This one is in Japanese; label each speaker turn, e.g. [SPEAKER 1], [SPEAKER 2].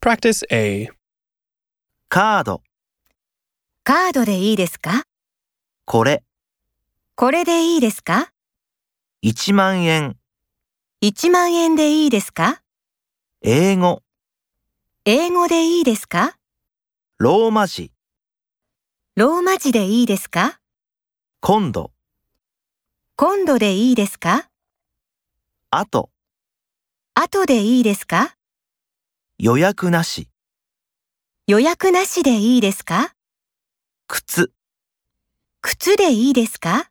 [SPEAKER 1] Practice A.
[SPEAKER 2] カード、
[SPEAKER 3] カードでいいですか
[SPEAKER 2] これ、
[SPEAKER 3] これでいいですか
[SPEAKER 2] 1万円、
[SPEAKER 3] ?1 万円でいいですか
[SPEAKER 2] 英語、
[SPEAKER 3] 英語でいいですか
[SPEAKER 2] ローマ字、
[SPEAKER 3] ローマ字でいいですか
[SPEAKER 2] 今度、
[SPEAKER 3] 今度でいいですか
[SPEAKER 2] あと、
[SPEAKER 3] 後でいいですか
[SPEAKER 2] 予約なし、
[SPEAKER 3] 予約なしでいいですか
[SPEAKER 2] 靴。
[SPEAKER 3] 靴でいいですか